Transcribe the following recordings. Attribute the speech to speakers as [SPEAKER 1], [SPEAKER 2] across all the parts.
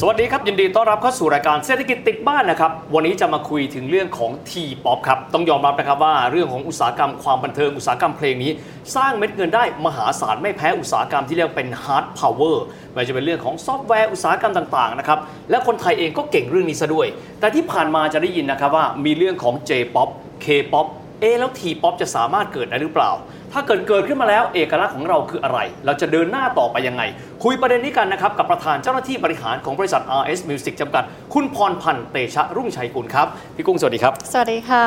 [SPEAKER 1] สวัสดีครับ ยินดีต้อนรับเข้าสู่รายการเศรษฐกิจติดบ้านนะครับ วันนี้จะมาคุยถึงเรื่องของทีป๊อปครับ ต้องยอมรับนะครับว่าเรื่องของอุตสาหกรรมความบันเทิงอุตสาหกรรมเพลงนี้ สร้างเม็ดเงินได้มหาศาลไม่แพ้อุตสาหกรรมที่เรียกเป็นฮาร์ดพาวเวอร์ไม่ว่าจะเป็นเรื่องของซอฟต์แวร์อุตสาหกรรมต่างๆนะครับและคนไทยเองก็เก่งเรื่องนี้ซะด้วย แต่ที่ผ่านมาจะได้ยินนะครับว่ามีเรื่องของ J-POP K-POP เอ๊ะแล้วทีป๊อปจะสามารถเกิดได้หรือเปล่า ถ้าเกิดเกิดขึ้นมาแล้วเอกลักษณ์ของเราคืออะไร เราจะเดินหน้าต่อไปยังไง คุยประเด็นนี้กันนะครับ กับประธานเจ้าหน้าที่บริหารของบริษัท RS Music จำกัด คุณพรพันธ์เตชะรุ่งชัยกุลครับ พี่กุ้งสวัสดีครับ
[SPEAKER 2] สวัสดีค่ะ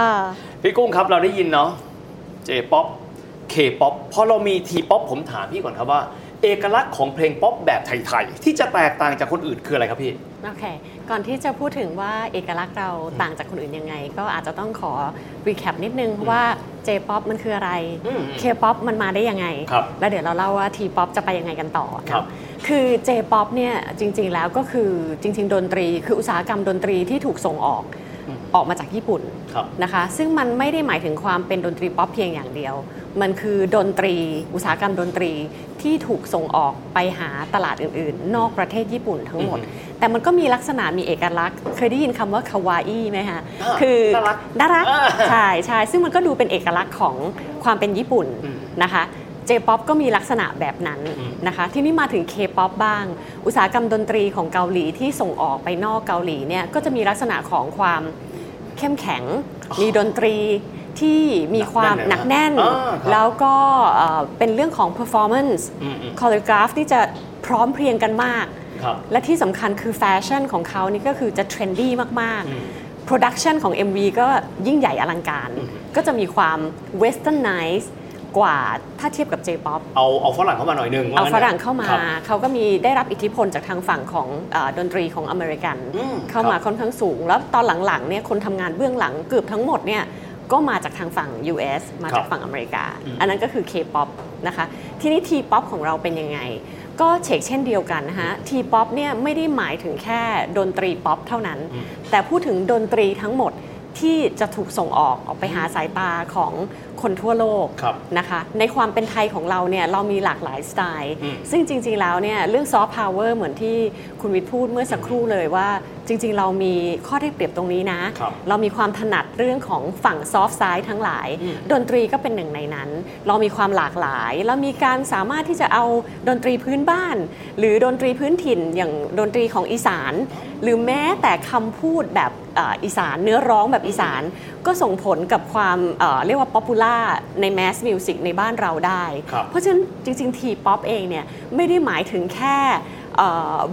[SPEAKER 1] พี่กุ้งครับเราได้ยินเนาะ J-POP K-POP พอเรามี T-POP ผมถามพี่ก่อนครับว่า เอกลักษณ์ของเพลงป๊อปแบบไทยๆที่จะแตกต่างจากคนอื่นคืออะไรครับพี่
[SPEAKER 2] โอเค ก่อนที่จะพูดถึงว่าเอกลักษณ์เราต่างจากคนอื่นยังไง ก็อาจจะต้องขอรีแคปนิดนึงว่า J-POP มันคืออะไร
[SPEAKER 1] อืม
[SPEAKER 2] K-POP มันมาได้ยังไง
[SPEAKER 1] ครับ
[SPEAKER 2] แล้วเดี๋ยวเราเล่าว่า T-POP จะไปยังไงกันต่อนะครับ คือ J-POP เนี่ยจริงๆแล้วก็คือจริง ๆ ดนตรี คืออุตสาหกรรมดนตรีที่ถูกส่งออก
[SPEAKER 1] อืม
[SPEAKER 2] ออกมาจากญี่ปุ่น
[SPEAKER 1] ครับ
[SPEAKER 2] นะคะซึ่งมันไม่ได้หมายถึงความเป็นดนตรีป๊อปเพียงอย่างเดียว มันคือดนตรี อุตสาหกรรมดนตรีที่ถูกส่งออกไปหาตลาดอื่นๆ นอกประเทศญี่ปุ่นทั้งหมด
[SPEAKER 1] อือฮึ
[SPEAKER 2] แต่มันก็มีลักษณะมีเอกลักษณ์ เคยได้ยินคำว่าคาวาอี้ไหมคะ
[SPEAKER 1] อ่า
[SPEAKER 2] คือ
[SPEAKER 1] น่ารัก
[SPEAKER 2] น่ารัก
[SPEAKER 1] อ่า
[SPEAKER 2] ใช่ใช่ซึ่งมันก็ดูเป็นเอกลักษณ์ของความเป็นญี่ปุ่น
[SPEAKER 1] อืม
[SPEAKER 2] นะคะเจป๊อปก็มีลักษณะแบบนั้น
[SPEAKER 1] อืม
[SPEAKER 2] นะคะที่นี่มาถึง K-POP บ้าง อุตสาหกรรมดนตรีของเกาหลีที่ส่งออกไปนอกเกาหลีเนี่ยก็จะมีลักษณะของความ เข้มแข็ง มีดนตรีที่มีความ
[SPEAKER 1] ห
[SPEAKER 2] ห
[SPEAKER 1] นั
[SPEAKER 2] นั
[SPEAKER 1] ก
[SPEAKER 2] ก
[SPEAKER 1] แน่
[SPEAKER 2] แน่
[SPEAKER 1] น
[SPEAKER 2] น
[SPEAKER 1] เลยนะอ่าครับ
[SPEAKER 2] แล้วก็เอ่อเป็นเรื่องของ performance
[SPEAKER 1] อืมอืม
[SPEAKER 2] choreograph นี่จะพร้อมเพรียงกันมาก
[SPEAKER 1] ครับ
[SPEAKER 2] และที่สำคัญคือแฟชั่นของเขานี่ก็คือจะเทรนดี้มาก
[SPEAKER 1] อืม
[SPEAKER 2] ๆ production ของ MV ก็ยิ่งใหญ่อลังการ
[SPEAKER 1] อืม
[SPEAKER 2] ก็จะมีความ westernize กว่าถ้าเทียบกับ J-POP
[SPEAKER 1] เอาเอาฝรั่งเข้ามาหน่อยหนึงว่
[SPEAKER 2] เอา
[SPEAKER 1] น
[SPEAKER 2] ฝ
[SPEAKER 1] ถะ
[SPEAKER 2] รั่งเข้ามา
[SPEAKER 1] ครับ
[SPEAKER 2] เขาก็มีได้รับอิทธิพลจากทางฝั่งของเออดนตรีของอเมริกัน
[SPEAKER 1] อืม
[SPEAKER 2] เข้ามา
[SPEAKER 1] ครับ
[SPEAKER 2] ค่อนข้างสูง แล้วตอนหลังๆเนี่ยคนทำงานเบื้องหลังเกือบทั้งหมดเนี่ยก็มาจากทางฝั่ง US มาจา
[SPEAKER 1] ค
[SPEAKER 2] ก
[SPEAKER 1] รับ
[SPEAKER 2] ฝั่งอเมริกา
[SPEAKER 1] อืม
[SPEAKER 2] อันนั้นก็คือ K-POP นะคะทีนี้ T-POP ของเราเป็นยังไง ก็เฉกเช่นเดียวกันนะฮะ T-POP เนี่ยไม่ได้หมายถึงแค่ดนตรีป๊อปเท่านั้น
[SPEAKER 1] อืม
[SPEAKER 2] แต่พูดถึงดนตรีทั้งหมดที่จะถูกส่งออกออกไปหาสายตาของคนทั่วโลก
[SPEAKER 1] ครับ
[SPEAKER 2] นะคะในความเป็นไทยของเราเนี่ยเรามีหลากหลายสไตล์
[SPEAKER 1] อืม
[SPEAKER 2] ซึ่งจริงๆแล้วเนี่ยเรื่องซอฟต์พาวเวอร์เหมือนที่คุณวิทย์พูดเมื่อสักครู่เลยว่า จริงๆ เรามีข้อได้เปรียบตรงนี้นะ
[SPEAKER 1] ครับ
[SPEAKER 2] เรามีความถนัดเรื่องของฝั่งซอฟต์ไซด์ทั้งหลาย
[SPEAKER 1] อืม
[SPEAKER 2] ดนตรีก็เป็นหนึ่งในนั้น เรามีความหลากหลาย เรามีการสามารถที่จะเอาดนตรีพื้นบ้าน หรือดนตรีพื้นถิ่นอย่างดนตรีของอีสาน หรือแม้แต่คำพูดแบบเอ่ออีสานเนื้อร้องแบบอีสาน ก็ส่งผลกับความเอ่อเรียกว่าป๊อปปูล่าในแมสมิวสิกในบ้านเราได้
[SPEAKER 1] ครับ
[SPEAKER 2] เพราะฉะนั้นจริง ๆ ทีป๊อปเองเนี่ยไม่ได้หมายถึงแค่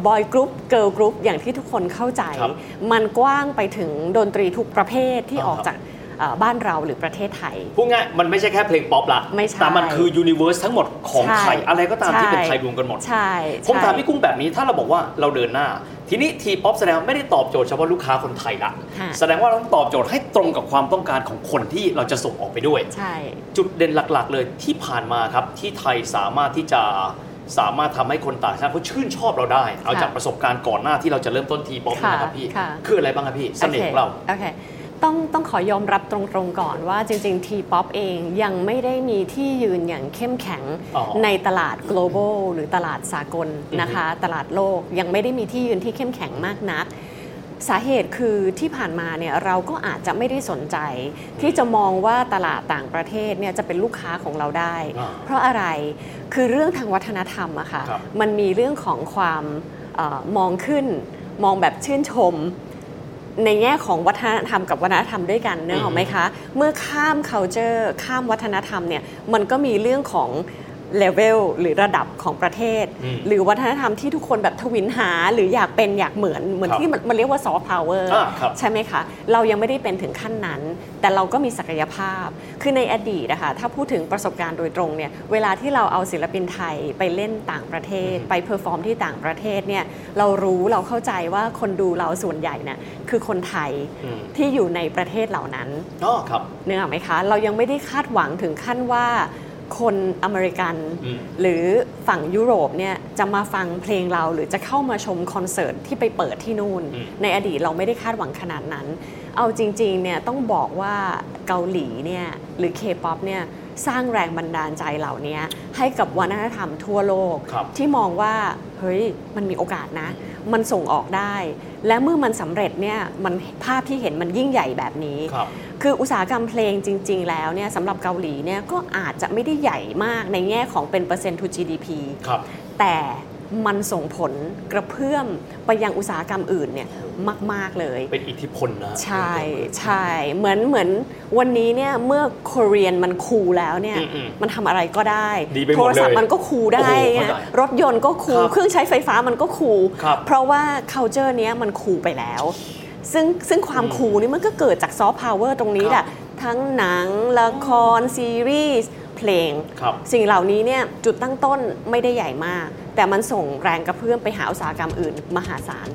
[SPEAKER 2] บอยกรุ๊ปเกิร์ลกรุ๊ปอย่างที่ทุกคนเข้าใจ
[SPEAKER 1] ครับ
[SPEAKER 2] มันกว้างไปถึงดนตรีทุกประเภทที่
[SPEAKER 1] อ่า
[SPEAKER 2] ออกจากเอ่อบ้านเราหรือประเทศไทย
[SPEAKER 1] พูดง่ายมันไม่ใช่แค่เพลงป๊อปละ
[SPEAKER 2] ไม่ใช่
[SPEAKER 1] แต่มันคือยูนิเวอร์สทั้งหมดของ
[SPEAKER 2] ใช่
[SPEAKER 1] ไทยอะไรก็ตามที่เป็น
[SPEAKER 2] ใช่
[SPEAKER 1] ไทยรวมกันหมด
[SPEAKER 2] ใช่
[SPEAKER 1] ผมถาม
[SPEAKER 2] ใช่
[SPEAKER 1] พี่กุ้งแบบนี้ถ้าเราบอกว่าเราเดินหน้า ทีนี้ทีป๊อปแสดงว่าไม่ได้ตอบโจทย์เฉพาะลูกค้าคนไทยละ
[SPEAKER 2] ค่ะ
[SPEAKER 1] แสดงว่าเราต้องตอบโจทย์ให้ตรงกับความต้องการของคนที่เราจะส่งออกไปด้วย
[SPEAKER 2] ใช่
[SPEAKER 1] จุดเด่นหลักๆ เลยที่ผ่านมาครับ ที่ไทยสามารถที่จะสามารถทำให้คนต่างชาติเขาชื่นชอบเราได้ เอาจากประสบการณ์ก่อนหน้าที่เราจะเริ่มต้นทีป๊อป
[SPEAKER 2] ค่ะ
[SPEAKER 1] นะครับพี่
[SPEAKER 2] ค่ะ
[SPEAKER 1] คืออะไรบ้างครับพี่เสน่ห์ของเรา
[SPEAKER 2] โอเคโอเคต้องต้องขอยอมรับตรงๆก่อนว่าจริงๆ T-POP เองยังไม่ได้มีที่ยืนอย่างเข้มแข็ง
[SPEAKER 1] อ๋อ
[SPEAKER 2] ในตลาด global หรือตลาดสากลนะคะ ตลาดโลกยังไม่ได้มีที่ยืนที่เข้มแข็งมากนัก สาเหตุคือที่ผ่านมาเนี่ยเราก็อาจจะไม่ได้สนใจ ที่จะมองว่าตลาดต่างประเทศเนี่ยจะเป็นลูกค้าของเราได้
[SPEAKER 1] อ่า
[SPEAKER 2] เพราะอะไรคือเรื่องทางวัฒนธรรมอะค่ะ
[SPEAKER 1] ครับ
[SPEAKER 2] มันมีเรื่องของความเออมองขึ้น มองแบบชื่นชม ในแง่ของวัฒนธรรมกับวัฒนธรรมด้วยกันเนกอะไหมคะ เมื่อข้าม culture ข้ามวัฒนธรรมเนี่ยมันก็มีเรื่องของ level หรือระดับของประเทศ
[SPEAKER 1] อืม
[SPEAKER 2] หรือวัฒนธรรมที่ทุกคนแบบทวินหา หรืออยากเป็นอยากเหมือน เหมือน
[SPEAKER 1] ครับ
[SPEAKER 2] ที่มันมันเรียกว่า soft power
[SPEAKER 1] อ่าครับ
[SPEAKER 2] ใช่ไหมคะ เรายังไม่ได้เป็นถึงขั้นนั้น แต่เราก็มีศักยภาพ คือในอดีตนะคะถ้าพูดถึงประสบการณ์โดยตรงเนี่ยเวลาที่เราเอาศิลปินไทยไปเล่นต่างประเทศ
[SPEAKER 1] อืม
[SPEAKER 2] ไปเพอร์ฟอร์มที่ต่างประเทศเนี่ยเรารู้เราเข้าใจว่าคนดูเราส่วนใหญ่น่ะคือคนไทย
[SPEAKER 1] อืม
[SPEAKER 2] ที่อยู่ในประเทศเหล่านั้น
[SPEAKER 1] อ๋อครับ
[SPEAKER 2] เนื้ออกไหมคะ เรายังไม่ได้คาดหวังถึงขั้นว่า คนอเมริกัน
[SPEAKER 1] อืม
[SPEAKER 2] หรือฝั่งยุโรปเนี่ยจะมาฟังเพลงเราหรือจะเข้ามาชมคอนเสิร์ตที่ไปเปิดที่นู่น
[SPEAKER 1] อืม
[SPEAKER 2] ในอดีตเราไม่ได้คาดหวังขนาดนั้น เอาจริงๆเนี่ยต้องบอกว่าเกาหลีเนี่ยหรือ K-POP เนี่ยสร้างแรงบันดาลใจเหล่านี้ให้กับวัฒนธรรมทั่วโลก
[SPEAKER 1] ครับ
[SPEAKER 2] ที่มองว่าเฮ้ยมันมีโอกาสนะ มันส่งออกได้ และเมื่อมันสำเร็จเนี่ยมันภาพที่เห็นมันยิ่งใหญ่แบบนี้
[SPEAKER 1] ครับ
[SPEAKER 2] คืออุตสาหกรรมเพลงจริง ๆ แล้วเนี่ยสำหรับเกาหลีเนี่ยก็อาจจะไม่ได้ใหญ่มากในแง่ของเป็นเปอร์เซ็นต์ to GDP
[SPEAKER 1] ครับ
[SPEAKER 2] แต่มันส่งผลกระเพื่อมไปยังอุตสาหกรรมอื่นเนี่ยมาก ๆ เลย
[SPEAKER 1] เป็นอิทธิพลนะ
[SPEAKER 2] ใช่ใช่เหมือนเหมือนวันนี้เนี่ยเมื่อคเรียนมันคูลแล้วเนี่ย
[SPEAKER 1] อืมอืม
[SPEAKER 2] มันทำอะไรก็ได้
[SPEAKER 1] ดีไปหมดเลย
[SPEAKER 2] โทรศัพท์มันก็คูลได้
[SPEAKER 1] โอ้โหเข้าใจ
[SPEAKER 2] รถยนต์ก็คูล
[SPEAKER 1] ครับ
[SPEAKER 2] เครื่องใช้ไฟฟ้ามันก็คูล
[SPEAKER 1] ครับ
[SPEAKER 2] เพราะว่า culture เนี้ยมันคูลไปแล้ว ซึ่งซึ่งความ
[SPEAKER 1] อืม
[SPEAKER 2] คูลนี่มันก็เกิดจากซอฟต์พาวเวอร์ตรงนี้แหละทั้งหนัง ละคร ซีรีส์เพลง
[SPEAKER 1] ครับ
[SPEAKER 2] สิ่งเหล่านี้เนี่ยจุดตั้งต้นไม่ได้ใหญ่มาก แต่มันส่งแรงกระเพื่อมไปหาอุตสาหกรรมอื่น มหาศาล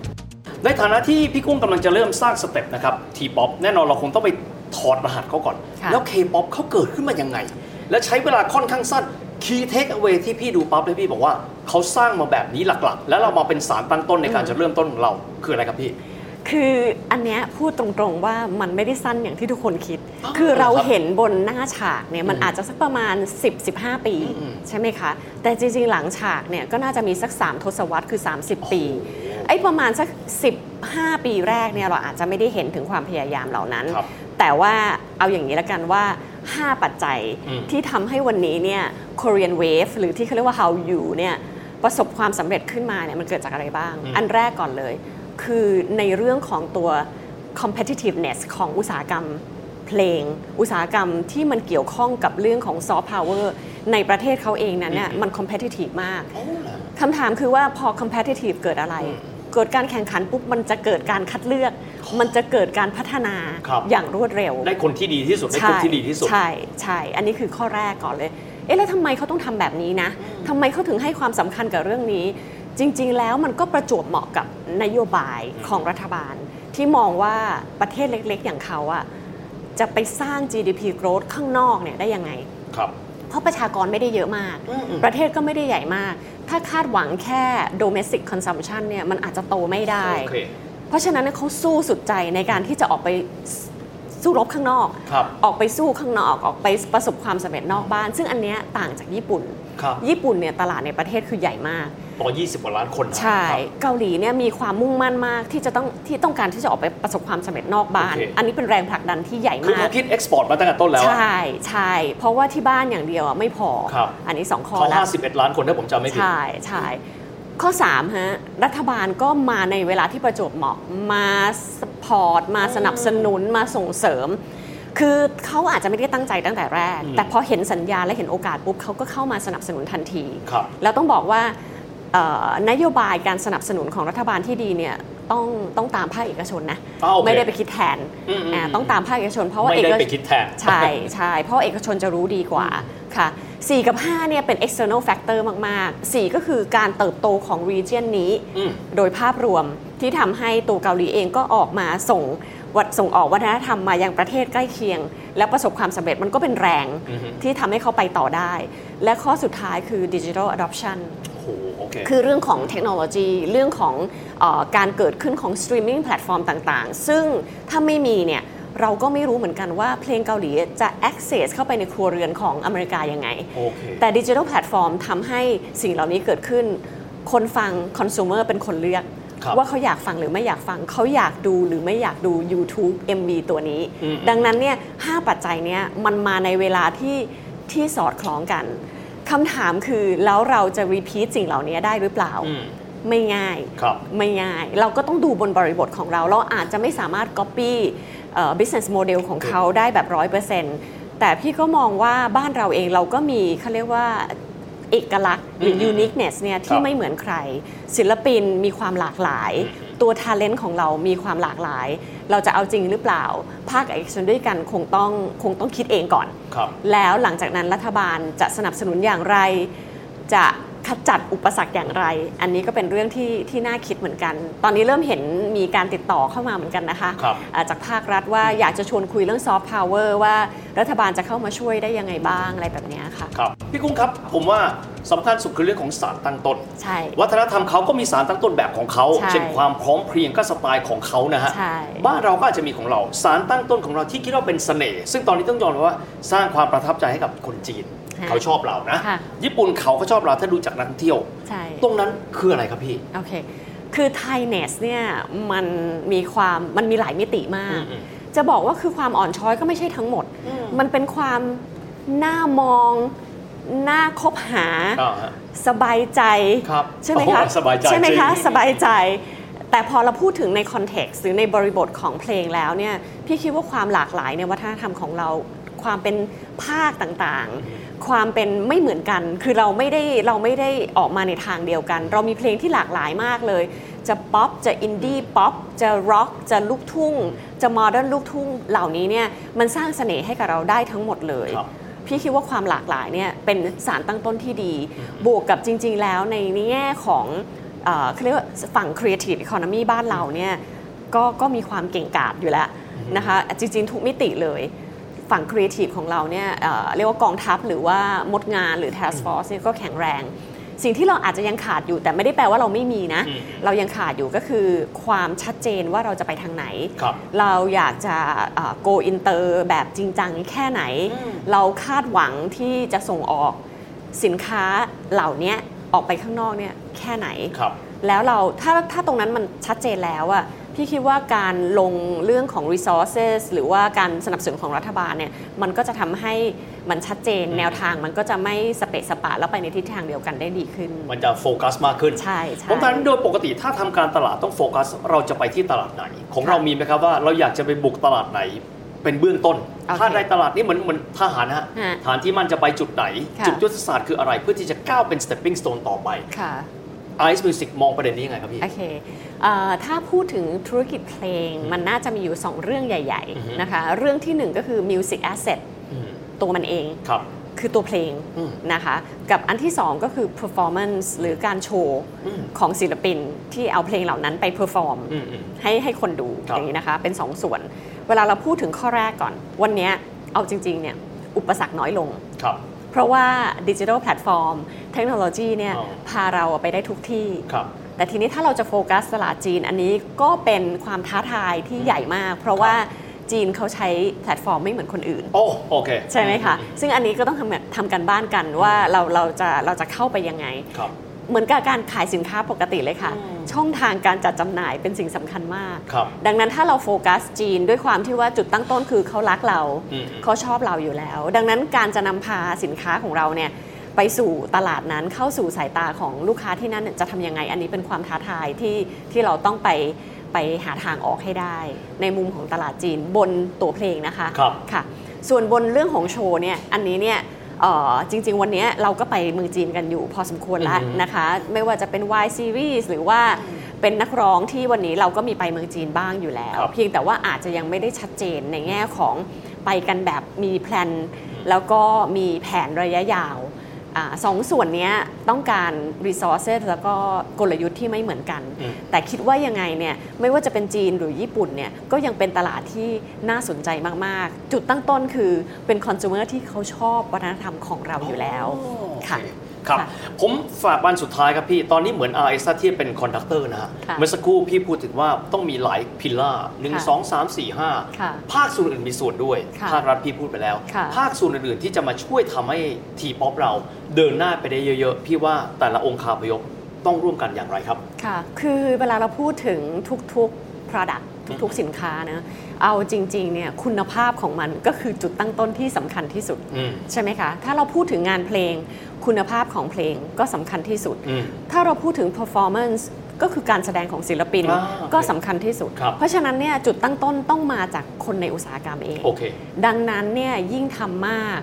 [SPEAKER 1] ในฐานะที่พี่กุ้งกำลังจะเริ่มสร้างสเต็ปนะครับทีป๊อปแน่นอนเราคงต้องไปถอดรหัสเขาก่อน
[SPEAKER 2] ค่ะ
[SPEAKER 1] แล้วเคป๊อปเขาเกิดขึ้นมายังไง และใช้เวลาค่อนข้างสั้นคีย์เทคเอาไว้ที่พี่ดูปั๊บเลยพี่บอกว่าเขาสร้างมาแบบนี้หลักๆ แล้วเรามาเป็นสารตั้งต้นในการจะเริ่มต้นของเราคืออะไรครับพี่
[SPEAKER 2] คืออันเนี้ยพูดตรงๆว่ามันไม่ได้สั้นอย่างที่ทุกคนคิด
[SPEAKER 1] อ้าว
[SPEAKER 2] คือเรา
[SPEAKER 1] เหรอครับ
[SPEAKER 2] เห็นบนหน้าฉากเนี่ยมัน
[SPEAKER 1] อืม
[SPEAKER 2] อาจจะสักประมาณ 10-15 ปี
[SPEAKER 1] อืม
[SPEAKER 2] ใช่ไหมคะ แต่จริงๆหลังฉากเนี่ยก็น่าจะมีสัก 3 ทศวรรษคือ 30 ปี ไอ้ประมาณสัก 15 ปีแรกเนี่ยเราอาจจะไม่ได้เห็นถึงความพยายามเหล่านั้น
[SPEAKER 1] ครับ
[SPEAKER 2] แต่ว่าเอาอย่างนี้ละกันว่า 5 ปัจจัย
[SPEAKER 1] อืม
[SPEAKER 2] ที่ทำให้วันนี้เนี่ย Korean Wave หรือที่เขาเรียกว่า How You เนี่ยประสบความสำเร็จขึ้นมาเนี่ยมันเกิดจากอะไรบ้าง
[SPEAKER 1] อืม
[SPEAKER 2] อันแรกก่อนเลย คือในเรื่องของตัว competitiveness ของอุตสาหกรรมเพลง อุตสาหกรรมที่มันเกี่ยวข้องกับเรื่องของ soft power ในประเทศเขาเองนั้นเนี่ย
[SPEAKER 1] อืม
[SPEAKER 2] มัน competitive มาก
[SPEAKER 1] โอ้ล่ะ
[SPEAKER 2] คำถามคือว่าพอ competitive เกิดอะไร
[SPEAKER 1] อืม
[SPEAKER 2] เกิดการแข่งขันปุ๊บ มันจะเกิดการคัดเลือก มันจะเกิดการพัฒนา
[SPEAKER 1] ครับ
[SPEAKER 2] อย่างรวดเร็ว
[SPEAKER 1] ได้คนที่ดีที่สุดได้กลุ่มที่ดีที่สุด
[SPEAKER 2] ใช่ใช่ อันนี้คือข้อแรกก่อนเลย เอ๊ะแล้วทำไมเขาต้องทำแบบนี้นะทำไมเขาถึงให้ความสำคัญกับเรื่องนี้ จริง ๆ แล้วมันก็ประจวบเหมาะกับนโยบายของรัฐบาล ที่มองว่าประเทศเล็ก ๆ อย่างเขาอะจะไปสร้าง GDP growth ข้างนอกเนี่ยได้ยังไง
[SPEAKER 1] ครับ
[SPEAKER 2] เพราะประชากรไม่ได้เยอะมาก
[SPEAKER 1] อืมอืม
[SPEAKER 2] ประเทศก็ไม่ได้ใหญ่มาก ถ้าคาดหวังแค่ domestic consumption เนี่ยมันอาจจะโตไม่ได้
[SPEAKER 1] โอเค
[SPEAKER 2] เพราะฉะนั้นเนยเขาสู้สุดใจในการที่จะออกไปสู้รบข้างนอก
[SPEAKER 1] ครับ
[SPEAKER 2] ออกไปสู้ข้างนอกออกไปประสบความสำเร็จนอกบ้าน ซึ่งอันเนี้ยต่างจากญี่ปุ่น
[SPEAKER 1] ครับ
[SPEAKER 2] ญี่ปุ่นเนี่ยตลาดในประเทศคือใหญ่มาก
[SPEAKER 1] ต่อ20กว่าล้านคนนะ
[SPEAKER 2] ใช่
[SPEAKER 1] ครับ
[SPEAKER 2] เกาหลีเนี่ยมีความมุ่งมั่นมากที่จะต้องที่ต้องการที่จะออกไปประสบความสำเร็จนอกบ้าน
[SPEAKER 1] โอเค
[SPEAKER 2] อันนี้เป็นแรงผลักดันที่ใหญ่
[SPEAKER 1] คือ
[SPEAKER 2] มาก
[SPEAKER 1] เขาคิดเอ็กซ์พอร์ตมาตั้งแต่ต้นแล้ว
[SPEAKER 2] ใช
[SPEAKER 1] อะ
[SPEAKER 2] ่ใช่เพราะว่าที่บ้านอย่างเดียวอะไม่พอ
[SPEAKER 1] ครับ
[SPEAKER 2] อันนี้สองข้อ
[SPEAKER 1] เขา
[SPEAKER 2] แล้ว
[SPEAKER 1] 51 ล้านคนถ้าผมจำไม่ผิด
[SPEAKER 2] ใช่ใช่ข้อ3ฮะรัฐบาลก็มาในเวลาที่ประจวบเหมาะมาสปอร์ตมาสนับสนุนมาส่งเสริม คือเขาอาจจะไม่ได้ตั้งใจตั้งแต่แรก
[SPEAKER 1] อืม
[SPEAKER 2] แต่พอเห็นสัญญาณและเห็นโอกาสปุ๊บเขาก็เข้ามาสนับสนุนทันที
[SPEAKER 1] ครับ
[SPEAKER 2] แล้วต้องบอกว่าเอ่อนโยบายการสนับสนุนของรัฐบาลที่ดีเนี่ยต้องต้องตามภาคเอกชนนะ
[SPEAKER 1] อ่าโอเค
[SPEAKER 2] ไม่ได้ไปคิดแทน
[SPEAKER 1] อืมอืม
[SPEAKER 2] อ่าต้องตามภาคเอกชนเพราะว่า
[SPEAKER 1] ไม่
[SPEAKER 2] เอก
[SPEAKER 1] ได้
[SPEAKER 2] ชน
[SPEAKER 1] ไปคิดแทน
[SPEAKER 2] ใช่ใช่เพราะเอกชนจะรู้ดีกว่าค่ะ 4 กับ 5เนี่ยเป็น external factor มาก ๆ 4 ก็คือการเติบโตของ region นี้
[SPEAKER 1] อืม
[SPEAKER 2] โดยภาพรวมที่ทำให้ตัวเกาหลีเองก็ออกมาส่งวัดส่งออกวัฒนธรรมมายังประเทศใกล้เคียง และประสบความสำเร็จมันก็เป็นแรง
[SPEAKER 1] อือฮึ
[SPEAKER 2] ที่ทำให้เขาไปต่อได้ และข้อสุดท้ายคือ digital adoption
[SPEAKER 1] โอ้โหโอเค
[SPEAKER 2] คือเรื่องของเทคโนโลยีเรื่องของเออการเกิดขึ้นของสตรีมมิ่งแพลตฟอร์มต่างๆ ซึ่งถ้าไม่มีเนี่ยเราก็ไม่รู้เหมือนกันว่าเพลงเกาหลีจะ access เข้าไปในครัวเรือนของอเมริกายังไง
[SPEAKER 1] โอเค
[SPEAKER 2] แต่ดิจิทัลแพลตฟอร์มทำให้สิ่งเหล่านี้เกิดขึ้น คนฟังคอน sumer เป็นคนเลือก
[SPEAKER 1] ครับ
[SPEAKER 2] ว่าเขาอยากฟังหรือไม่อยากฟังเขาอยากดูหรือไม่อยากดู YouTube MV ตัวนี้ ดังนั้นเนี่ยห้าปัจจัยเนี้ยมันมาในเวลาที่ที่สอดคล้องกันคำถามคือแล้วเราจะรีพีทสิ่งเหล่านี้ได้หรือเปล่า
[SPEAKER 1] อืม
[SPEAKER 2] ไม่ง่าย
[SPEAKER 1] ครับ
[SPEAKER 2] ไม่ง่าย เราก็ต้องดูบนบริบทของเรา เราอาจจะไม่สามารถ copy เอ่อ business model ของเขาได้แบบ 100%แต่พี่ก็มองว่าบ้านเราเองเราก็มีเขาเรียกว่าเอกลักษณ์หรือ
[SPEAKER 1] อืม
[SPEAKER 2] uniqueness เนี่ย
[SPEAKER 1] ค
[SPEAKER 2] ที่
[SPEAKER 1] รับ
[SPEAKER 2] ไม่เหมือนใคร ศิลปินมีความหลากหลาย ตัว talent ของเรามีความหลากหลาย เราจะเอาจริงหรือเปล่า ภาคเอกชนด้วยกันคงต้องคงต้องคิดเองก่อน
[SPEAKER 1] ครับ
[SPEAKER 2] แล้วหลังจากนั้นรัฐบาลจะสนับสนุนอย่างไร จะ ขจัดอุปสรรคอย่างไร อันนี้ก็เป็นเรื่องที่ที่น่าคิดเหมือนกัน ตอนนี้เริ่มเห็นมีการติดต่อเข้ามาเหมือนกันนะคะ
[SPEAKER 1] ครับ
[SPEAKER 2] อ่าจากภาครัฐว่าอยากจะชวนคุยเรื่องซอฟต์พาวเวอร์ว่ารัฐบาลจะเข้ามาช่วยได้ยังไงบ้างอะไรแบบเนี้ยค่ะ
[SPEAKER 1] ครับพี่กุ้งครับ ผมว่าสำคัญสุดคือเรื่องของสารตั้งต้น
[SPEAKER 2] ใช่
[SPEAKER 1] วัฒนธรรมเขาก็มีสารตั้งต้นแบบของเขา
[SPEAKER 2] ใช่
[SPEAKER 1] เช่นความพร้อมเพรียงก็สไตล์ของเขานะฮะ
[SPEAKER 2] ใช่
[SPEAKER 1] บ้านเราก็อาจจะมีของเราสารตั้งต้นของเราที่คิดว่าเป็นเสน่ห์ ซึ่งตอนนี้ต้องยอมรับว่าสร้างความประทับใจให้กับคนจีน
[SPEAKER 2] ค่ะ
[SPEAKER 1] เขาชอบเรานะ
[SPEAKER 2] ค่ะ
[SPEAKER 1] ญี่ปุ่นเขาก็ชอบเราถ้าดูจากนักท่องเที่ยว
[SPEAKER 2] ใช่
[SPEAKER 1] ตรงนั้นคืออะไรครับพี่
[SPEAKER 2] โอเค คือไทเนสเนี่ยมันมีความมันมีหลายมิติมาก
[SPEAKER 1] อืม
[SPEAKER 2] จะบอกว่าคือความอ่อนช้อยก็ไม่ใช่ทั้งหมด
[SPEAKER 1] อืม
[SPEAKER 2] มันเป็นความน่ามองน่าคบหา
[SPEAKER 1] อ่าฮะ
[SPEAKER 2] สบายใจ
[SPEAKER 1] ครับ
[SPEAKER 2] ใช่ไหมคะ
[SPEAKER 1] โอ้สบายใจ
[SPEAKER 2] ไหมคะ
[SPEAKER 1] จริง
[SPEAKER 2] สบายใจ แต่พอเราพูดถึงในคอนเท็กซ์หรือในบริบทของเพลงแล้วเนี่ยพี่คิดว่าความหลากหลายในวัฒนธรรมของเรา ความเป็นภาคต่างๆ ความเป็นไม่เหมือนกัน คือเราไม่ได้เราไม่ได้ออกมาในทางเดียวกัน เรามีเพลงที่หลากหลายมากเลย จะป๊อปจะอินดี้ป๊อปจะร็อกจะลูกทุ่ง จะโมเดิร์นลูกทุ่งเหล่านี้เนี่ยมันสร้างเสน่ห์ให้กับเราได้ทั้งหมดเลย
[SPEAKER 1] ครับ
[SPEAKER 2] พี่คิดว่าความหลากหลายเนี่ยเป็นสารตั้งต้นที่ดี บวกกับจริง ๆ แล้วในแง่ของเอ่อเขาเรียกว่าฝั่ง Creative Economy บ้านเราเนี่ยก็ก็มีความเก่งกาจอยู่แล้วนะคะจริง ๆ ทุกมิติเลย ฝั่ง Creative ของเราเนี่ยเอ่อเรียกว่ากองทัพหรือว่ามดงานหรือ Task Force เนี่ยก็แข็งแรง สิ่งที่เราอาจจะยังขาดอยู่แต่ไม่ได้แปลว่าเราไม่มีนะ
[SPEAKER 1] อืม
[SPEAKER 2] เรายังขาดอยู่ก็คือความชัดเจนว่าเราจะไปทางไหน
[SPEAKER 1] ครับ
[SPEAKER 2] เราอยากจะเอ่อ go inter แบบจริงจังแค่ไหน
[SPEAKER 1] อืม
[SPEAKER 2] เราคาดหวังที่จะส่งออกสินค้าเหล่านี้ออกไปข้างนอกเนี่ยแค่ไหน
[SPEAKER 1] ครับ
[SPEAKER 2] แล้วเราถ้าถ้าตรงนั้นมันชัดเจนแล้วอะพี่คิดว่าการลงเรื่องของ resources หรือว่าการสนับสนุนของรัฐบาลเนี่ยมันก็จะทำให้มันชัดเจนแนวทางมันก็จะไม่สเปะสปะแล้วไปในทิศทางเดียวกันได้ดีขึ้น
[SPEAKER 1] มันจะโฟกัสมากขึ้น
[SPEAKER 2] ใช่ใช่
[SPEAKER 1] ผมถามโดยปกติถ้าทำการตลาดต้องโฟกัส เราจะไปที่ตลาดไหน ของเรามีไหมครับว่าเราอยากจะไปบุกตลาดไหน เป็นเบื้องต้น
[SPEAKER 2] โอเค
[SPEAKER 1] ถ้าในตลาดนี้เหมือนเหมือนทหารนะฮะ
[SPEAKER 2] ฮะ
[SPEAKER 1] ฐานที่มันจะไปจุดไหน
[SPEAKER 2] ค่ะ
[SPEAKER 1] จุดยุทธศาสตร์คืออะไรเพื่อที่จะก้าวเป็น stepping stone ต่อไป
[SPEAKER 2] ค่ะ
[SPEAKER 1] Ice Music มองประเด็นนี้ยังไงครับพี่
[SPEAKER 2] โอเคเอ่อถ้าพูดถึงธุรกิจเพลงมันน่าจะมีอยู่ 2 เรื่องใหญ่
[SPEAKER 1] อือฮึ
[SPEAKER 2] ๆ นะคะ เรื่องที่ 1 ก็คือ Music Asset
[SPEAKER 1] อืม
[SPEAKER 2] ตัวมันเอง
[SPEAKER 1] ครับ
[SPEAKER 2] คือตัวเพลง
[SPEAKER 1] อืม
[SPEAKER 2] นะคะ กับอันที่ 2 ก็คือ Performance หรือการโชว์
[SPEAKER 1] อืม
[SPEAKER 2] ของศิลปินที่เอาเพลงเหล่านั้นไป Perform
[SPEAKER 1] อืมอืม
[SPEAKER 2] ให้ให้คนดู
[SPEAKER 1] ครับ
[SPEAKER 2] อย่างนี้นะคะ เป็น 2สองส่วน เวลาเราพูดถึงข้อแรกก่อน วันเนี้ยเอาจริง ๆ เนี่ย อุปสรรคน้อยลง
[SPEAKER 1] ครับ
[SPEAKER 2] เพราะว่าดิจิทัลแพลตฟอร์มเทคโนโลยีเนี่ย
[SPEAKER 1] อ๋อ
[SPEAKER 2] พาเราไปได้ทุกที่
[SPEAKER 1] ครับ
[SPEAKER 2] แต่ทีนี้ถ้าเราจะโฟกัสตลาดจีนอันนี้ก็เป็นความท้าทายที่ใหญ่มาก เพราะว่าจีนเขาใช้แพลตฟอร์มไม่เหมือนคนอื่น
[SPEAKER 1] โอ้โอเค
[SPEAKER 2] ใช่ไหมคะ ซึ่งอันนี้ก็ต้องทำแบบทำกันบ้านกันว่าเราเราจะเราจะเข้าไปยังไง
[SPEAKER 1] ครับ
[SPEAKER 2] เหมือนกับการขายสินค้าปกติเลยค่ะ
[SPEAKER 1] อืม
[SPEAKER 2] ช่องทางการจัดจำหน่ายเป็นสิ่งสำคัญมาก
[SPEAKER 1] ครับ
[SPEAKER 2] ดังนั้นถ้าเราโฟกัสจีนด้วยความที่ว่าจุดตั้งต้นคือเขารักเรา
[SPEAKER 1] อืม
[SPEAKER 2] เขาชอบเราอยู่แล้ว ดังนั้นการจะนำพาสินค้าของเราเนี่ยไปสู่ตลาดนั้นเข้าสู่สายตาของลูกค้าที่นั่นจะทำยังไง อันนี้เป็นความท้าทายที่ที่เราต้องไปไปหาทางออกให้ได้ ในมุมของตลาดจีนบนตัวเพลงนะคะ
[SPEAKER 1] ครับ
[SPEAKER 2] ค่ะส่วนบนเรื่องของโชว์เนี่ยอันนี้เนี่ยเอ่อจริง ๆ วันเนี้ยเราก็ไปเมืองจีนกันอยู่พอสมควรแล้ว
[SPEAKER 1] อือฮึ
[SPEAKER 2] นะคะ ไม่ว่าจะเป็น Y Series หรือว่าเป็นนักร้องที่วันนี้เราก็มีไปเมืองจีนบ้างอยู่แล้ว
[SPEAKER 1] ครับ
[SPEAKER 2] เพียงแต่ว่าอาจจะยังไม่ได้ชัดเจนในแง่ของไปกันแบบมีแพลนแล้วก็มีแผนระยะยาวอาสองส่วนเนี้ยต้องการ resources แล้วก็กลยุทธ์ที่ไม่เหมือนกัน
[SPEAKER 1] อืม
[SPEAKER 2] แต่คิดว่ายังไงเนี่ยไม่ว่าจะเป็นจีนหรือญี่ปุ่นเนี่ยก็ยังเป็นตลาดที่น่าสนใจมาก ๆ จุดตั้งต้นคือเป็น consumer ที่เขาชอบวัฒนธรรมของเราอยู่แล้วค่ะ
[SPEAKER 1] โอเคครับ
[SPEAKER 2] ค่ะ
[SPEAKER 1] ผมฝากวันสุดท้ายครับพี่ ตอนนี้เหมือน RS ถ้าเทียบเป็นคอนดักเตอร์นะฮะ
[SPEAKER 2] ค่ะ
[SPEAKER 1] เมื่อสักครู่พี่พูดถึงว่าต้องมีหลายพิลล่าหนึ่ง
[SPEAKER 2] ค่ะ
[SPEAKER 1] สองสามสี่ห้า
[SPEAKER 2] ค่ะ
[SPEAKER 1] ภาคส่วนอื่นมีส่วนด้วย
[SPEAKER 2] ค่ะ
[SPEAKER 1] ภาครัฐพี่พูดไปแล้ว
[SPEAKER 2] ค่ะ
[SPEAKER 1] ภาคส่วนอื่นๆที่จะมาช่วยทำให้ทีป๊อปเราเดินหน้าไปได้เยอะๆ พี่ว่าแต่ละองค์คาพยพต้องร่วมกันอย่างไรครับ
[SPEAKER 2] ค่ะ คือเวลาเราพูดถึงทุกๆ product ทุกๆ สินค้านะ เอาจริงๆ เนี่ยคุณภาพของมันก็คือจุดตั้งต้นที่สำคัญที่สุด
[SPEAKER 1] อืม
[SPEAKER 2] ใช่ไหมคะ ถ้าเราพูดถึงงานเพลง คุณภาพของเพลงก็สำคัญที่สุด
[SPEAKER 1] อืม
[SPEAKER 2] ถ้าเราพูดถึง performance ก็คือการแสดงของศิลปิน
[SPEAKER 1] อ่าโอเค
[SPEAKER 2] ก็สำคัญที่สุด
[SPEAKER 1] ครับ
[SPEAKER 2] เพราะฉะนั้นเนี่ยจุดตั้งต้นต้องมาจากคนในอุตสาหกรรมเอง
[SPEAKER 1] โอเค
[SPEAKER 2] ดังนั้นเนี่ยยิ่งทำมาก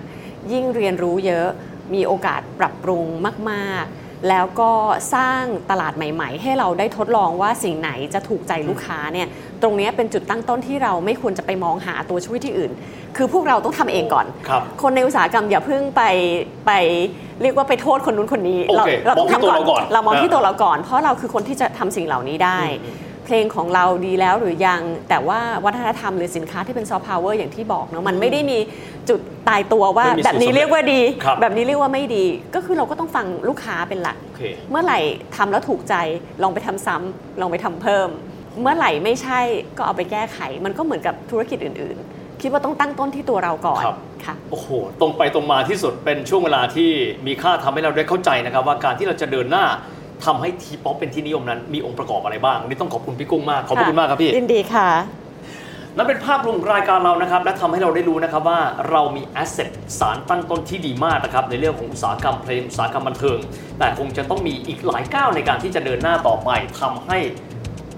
[SPEAKER 2] ยิ่งเรียนรู้เยอะมีโอกาสปรับปรุงมาก ๆ แล้วก็สร้างตลาดใหม่ ๆ ให้เราได้ทดลองว่าสิ่งไหนจะถูกใจลูกค้าเนี่ยตรงเนี้ยเป็นจุดตั้งต้นที่เราไม่ควรจะไปมองหาตัวช่วยที่อื่น คือพวกเราต้องทำเองก่อน
[SPEAKER 1] ครับ
[SPEAKER 2] คนในอุตสาหกรรมอย่าเพิ่งไปไปเรียกว่าไปโทษคนนู้นคนนี้
[SPEAKER 1] โอเค
[SPEAKER 2] เราต้อง
[SPEAKER 1] มองที่
[SPEAKER 2] ทำ
[SPEAKER 1] ตัวเราก่อน
[SPEAKER 2] เรามองที่
[SPEAKER 1] อ่า
[SPEAKER 2] ตัวเราก่อน เพราะเราคือคนที่จะทำสิ่งเหล่านี้ได้ เพลงของเราดีแล้วหรือยัง แต่ว่าวัฒนธรรมหรือสินค้าที่เป็นซอฟต์พาวเวอร์อย่างที่บอกเนาะมันไม่ได้มีจุดตายตัวว่า
[SPEAKER 1] ไม่มี
[SPEAKER 2] แบบนี้
[SPEAKER 1] สูตรสำเร็จ
[SPEAKER 2] เรียกว่าดี
[SPEAKER 1] ครับ
[SPEAKER 2] แบบนี้เรียกว่าไม่ดี ก็คือเราก็ต้องฟังลูกค้าเป็นหลัก
[SPEAKER 1] โอเค
[SPEAKER 2] เมื่อไหร่ทำแล้วถูกใจลองไปทำซ้ำลองไปทำเพิ่ม เมื่อไหร่ไม่ใช่ก็เอาไปแก้ไข มันก็เหมือนกับธุรกิจอื่นๆ คิดว่าต้องตั้งต้นที่ตัวเราก่อน
[SPEAKER 1] ครับ
[SPEAKER 2] ค่ะ
[SPEAKER 1] โอ้โห ตรงไปตรงมาที่สุดเป็นช่วงเวลาที่มีค่าทำให้เราได้เข้าใจนะครับ ว่าการที่เราจะเดินหน้าทำให้ทีป๊อปเป็นที่นิยมนั้น มีองค์ประกอบอะไรบ้างวันนี่ต้องขอบคุณพี่กุ้งมาก ขอบพระคุณมากครับพี่
[SPEAKER 2] ยินดีค่ะ
[SPEAKER 1] นั่นเป็นภาพรวมรายการเรานะครับ และทำให้เราได้รู้นะครับว่าเรามีแอสเซทสารตั้งต้นที่ดีมากนะครับ ในเรื่องของอุตสาหกรรมเพลงอุตสาหกรรมบันเทิง แต่คงจะต้องมีอีกหลายก้าวในการที่จะเดินหน้าต่อไปทำให้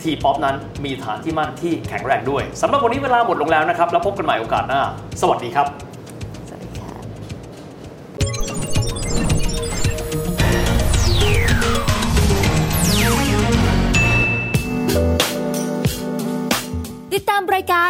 [SPEAKER 1] ทีป๊อปนั้นมีฐานที่มั่นที่แข็งแรงด้วยสำหรับวันนี้เวลาหมดลงแล้วนะครับ แล้วพบกันใหม่โอกาสหน้า สวัสดีครับ
[SPEAKER 2] สวัสดีค่ะ
[SPEAKER 3] ติดตามรายการ